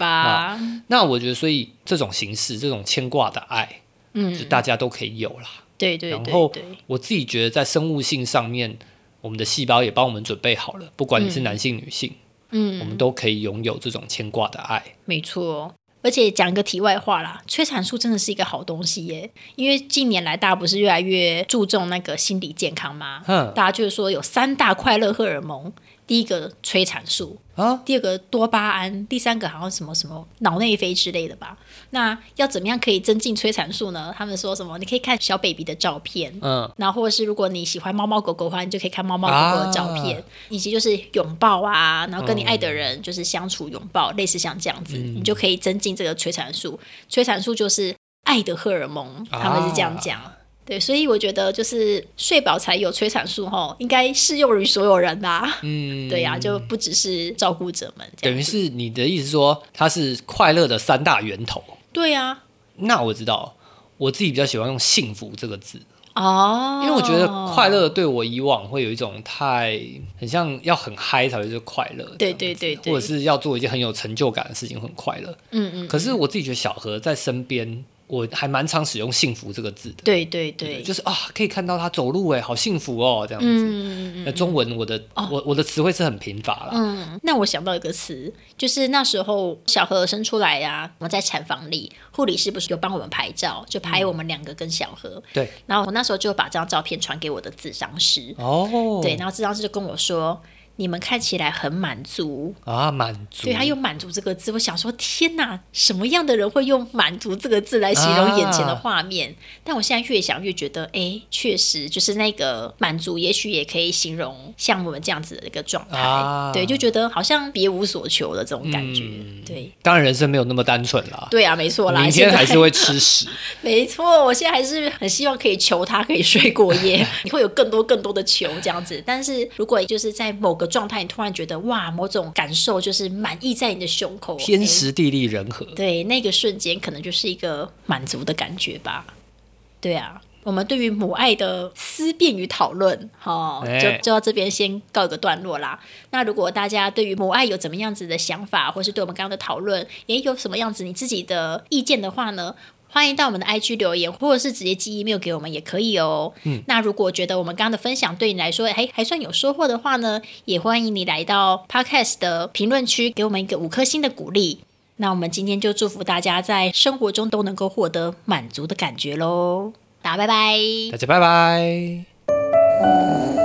吧？
那我觉得，所以这种形式、这种牵挂的爱，
嗯
就大家都可以有啦。
对对
然
对
后
对，
我自己觉得，在生物性上面，我们的细胞也帮我们准备好了，不管你是男性、女性，我
嗯，
们都可以拥有这种牵挂的爱。
没错。哦而且讲一个题外话啦，催产素真的是一个好东西耶，因为近年来大家不是越来越注重那个心理健康吗？
哼
大家就是说有三大快乐荷尔蒙，第一个催产素，
啊，
第二个多巴胺，第三个好像什么什么脑内啡之类的吧。那要怎么样可以增进催产素呢？他们说什么？你可以看小 baby 的照片。
嗯，
然后，或者是如果你喜欢猫猫狗狗的话，你就可以看猫猫狗狗的照片，
啊
以及就是拥抱啊，然后跟你爱的人就是相处拥抱，类似像这样子，
嗯
你就可以增进这个催产素。催产素就是爱的荷尔蒙，他们是这样讲。
啊
对，所以我觉得就是睡饱才有催产素吼，应该适用于所有人啦、
嗯，
对呀、就不只是照顾者们这
等
样
于
子。
是你的意思说，它是快乐的三大源头。
对啊呀、
那我知道，我自己比较喜欢用“幸福”这个字，
哦，
因为我觉得快乐对我以往会有一种太很像要很嗨才会是快乐，
对对对对
或者是要做一件很有成就感的事情会很快乐。
嗯，嗯嗯，
可是我自己觉得小何在身边，我还蛮常使用“幸福”这个字的，
对对对，
就是啊，可以看到他走路哎，好幸福哦，这样子。
嗯嗯哦
那中文我的我我的词汇是很贫乏啦，
嗯。那我想到一个词，就是那时候小何生出来呀、我们在产房里，护理师不是有帮我们拍照，就拍我们两个跟小何。
对
然后我那时候就把这张照片传给我的咨商师，
哦，
对，然后咨商师就跟我说。你们看起来很满足，
啊，满足，
对他用“满足”这个字，我想说，天哪，什么样的人会用“满足”这个字来形容眼前的画面？但我现在越想越觉得，哎，确实就是那个满足，也许也可以形容像我们这样子的一个状态。
啊
对，就觉得好像别无所求的这种感觉。对，
当然人生没有那么单纯啦，
对啊，没错啦。
明天
现在
还是会吃屎，
没错，我现在还是很希望可以求他可以睡过 夜，你会有更多更多的求这样子。但是如果就是在某个状态，你突然觉得哇，某种感受就是满意在你的胸口，哎
天
诶
时地利人和，
对，那个瞬间可能就是一个满足的感觉吧。对啊，我们对于母爱的思辨与讨论，哈、哦，就
哎
就到这边先告一个段落啦。那如果大家对于母爱有怎么样子的想法，或是对我们刚刚的讨论也有什么样子你自己的意见的话呢？欢迎到我们的 IG 留言，或者是直接寄 email 给我们也可以哦。嗯，那如果觉得我们刚刚的分享对你来说还还算有收获的话呢，也欢迎你来到 Podcast 的评论区给我们一个五颗星的鼓励。那我们今天就祝福大家在生活中都能够获得满足的感觉喽！大家拜拜。
大家拜拜。
嗯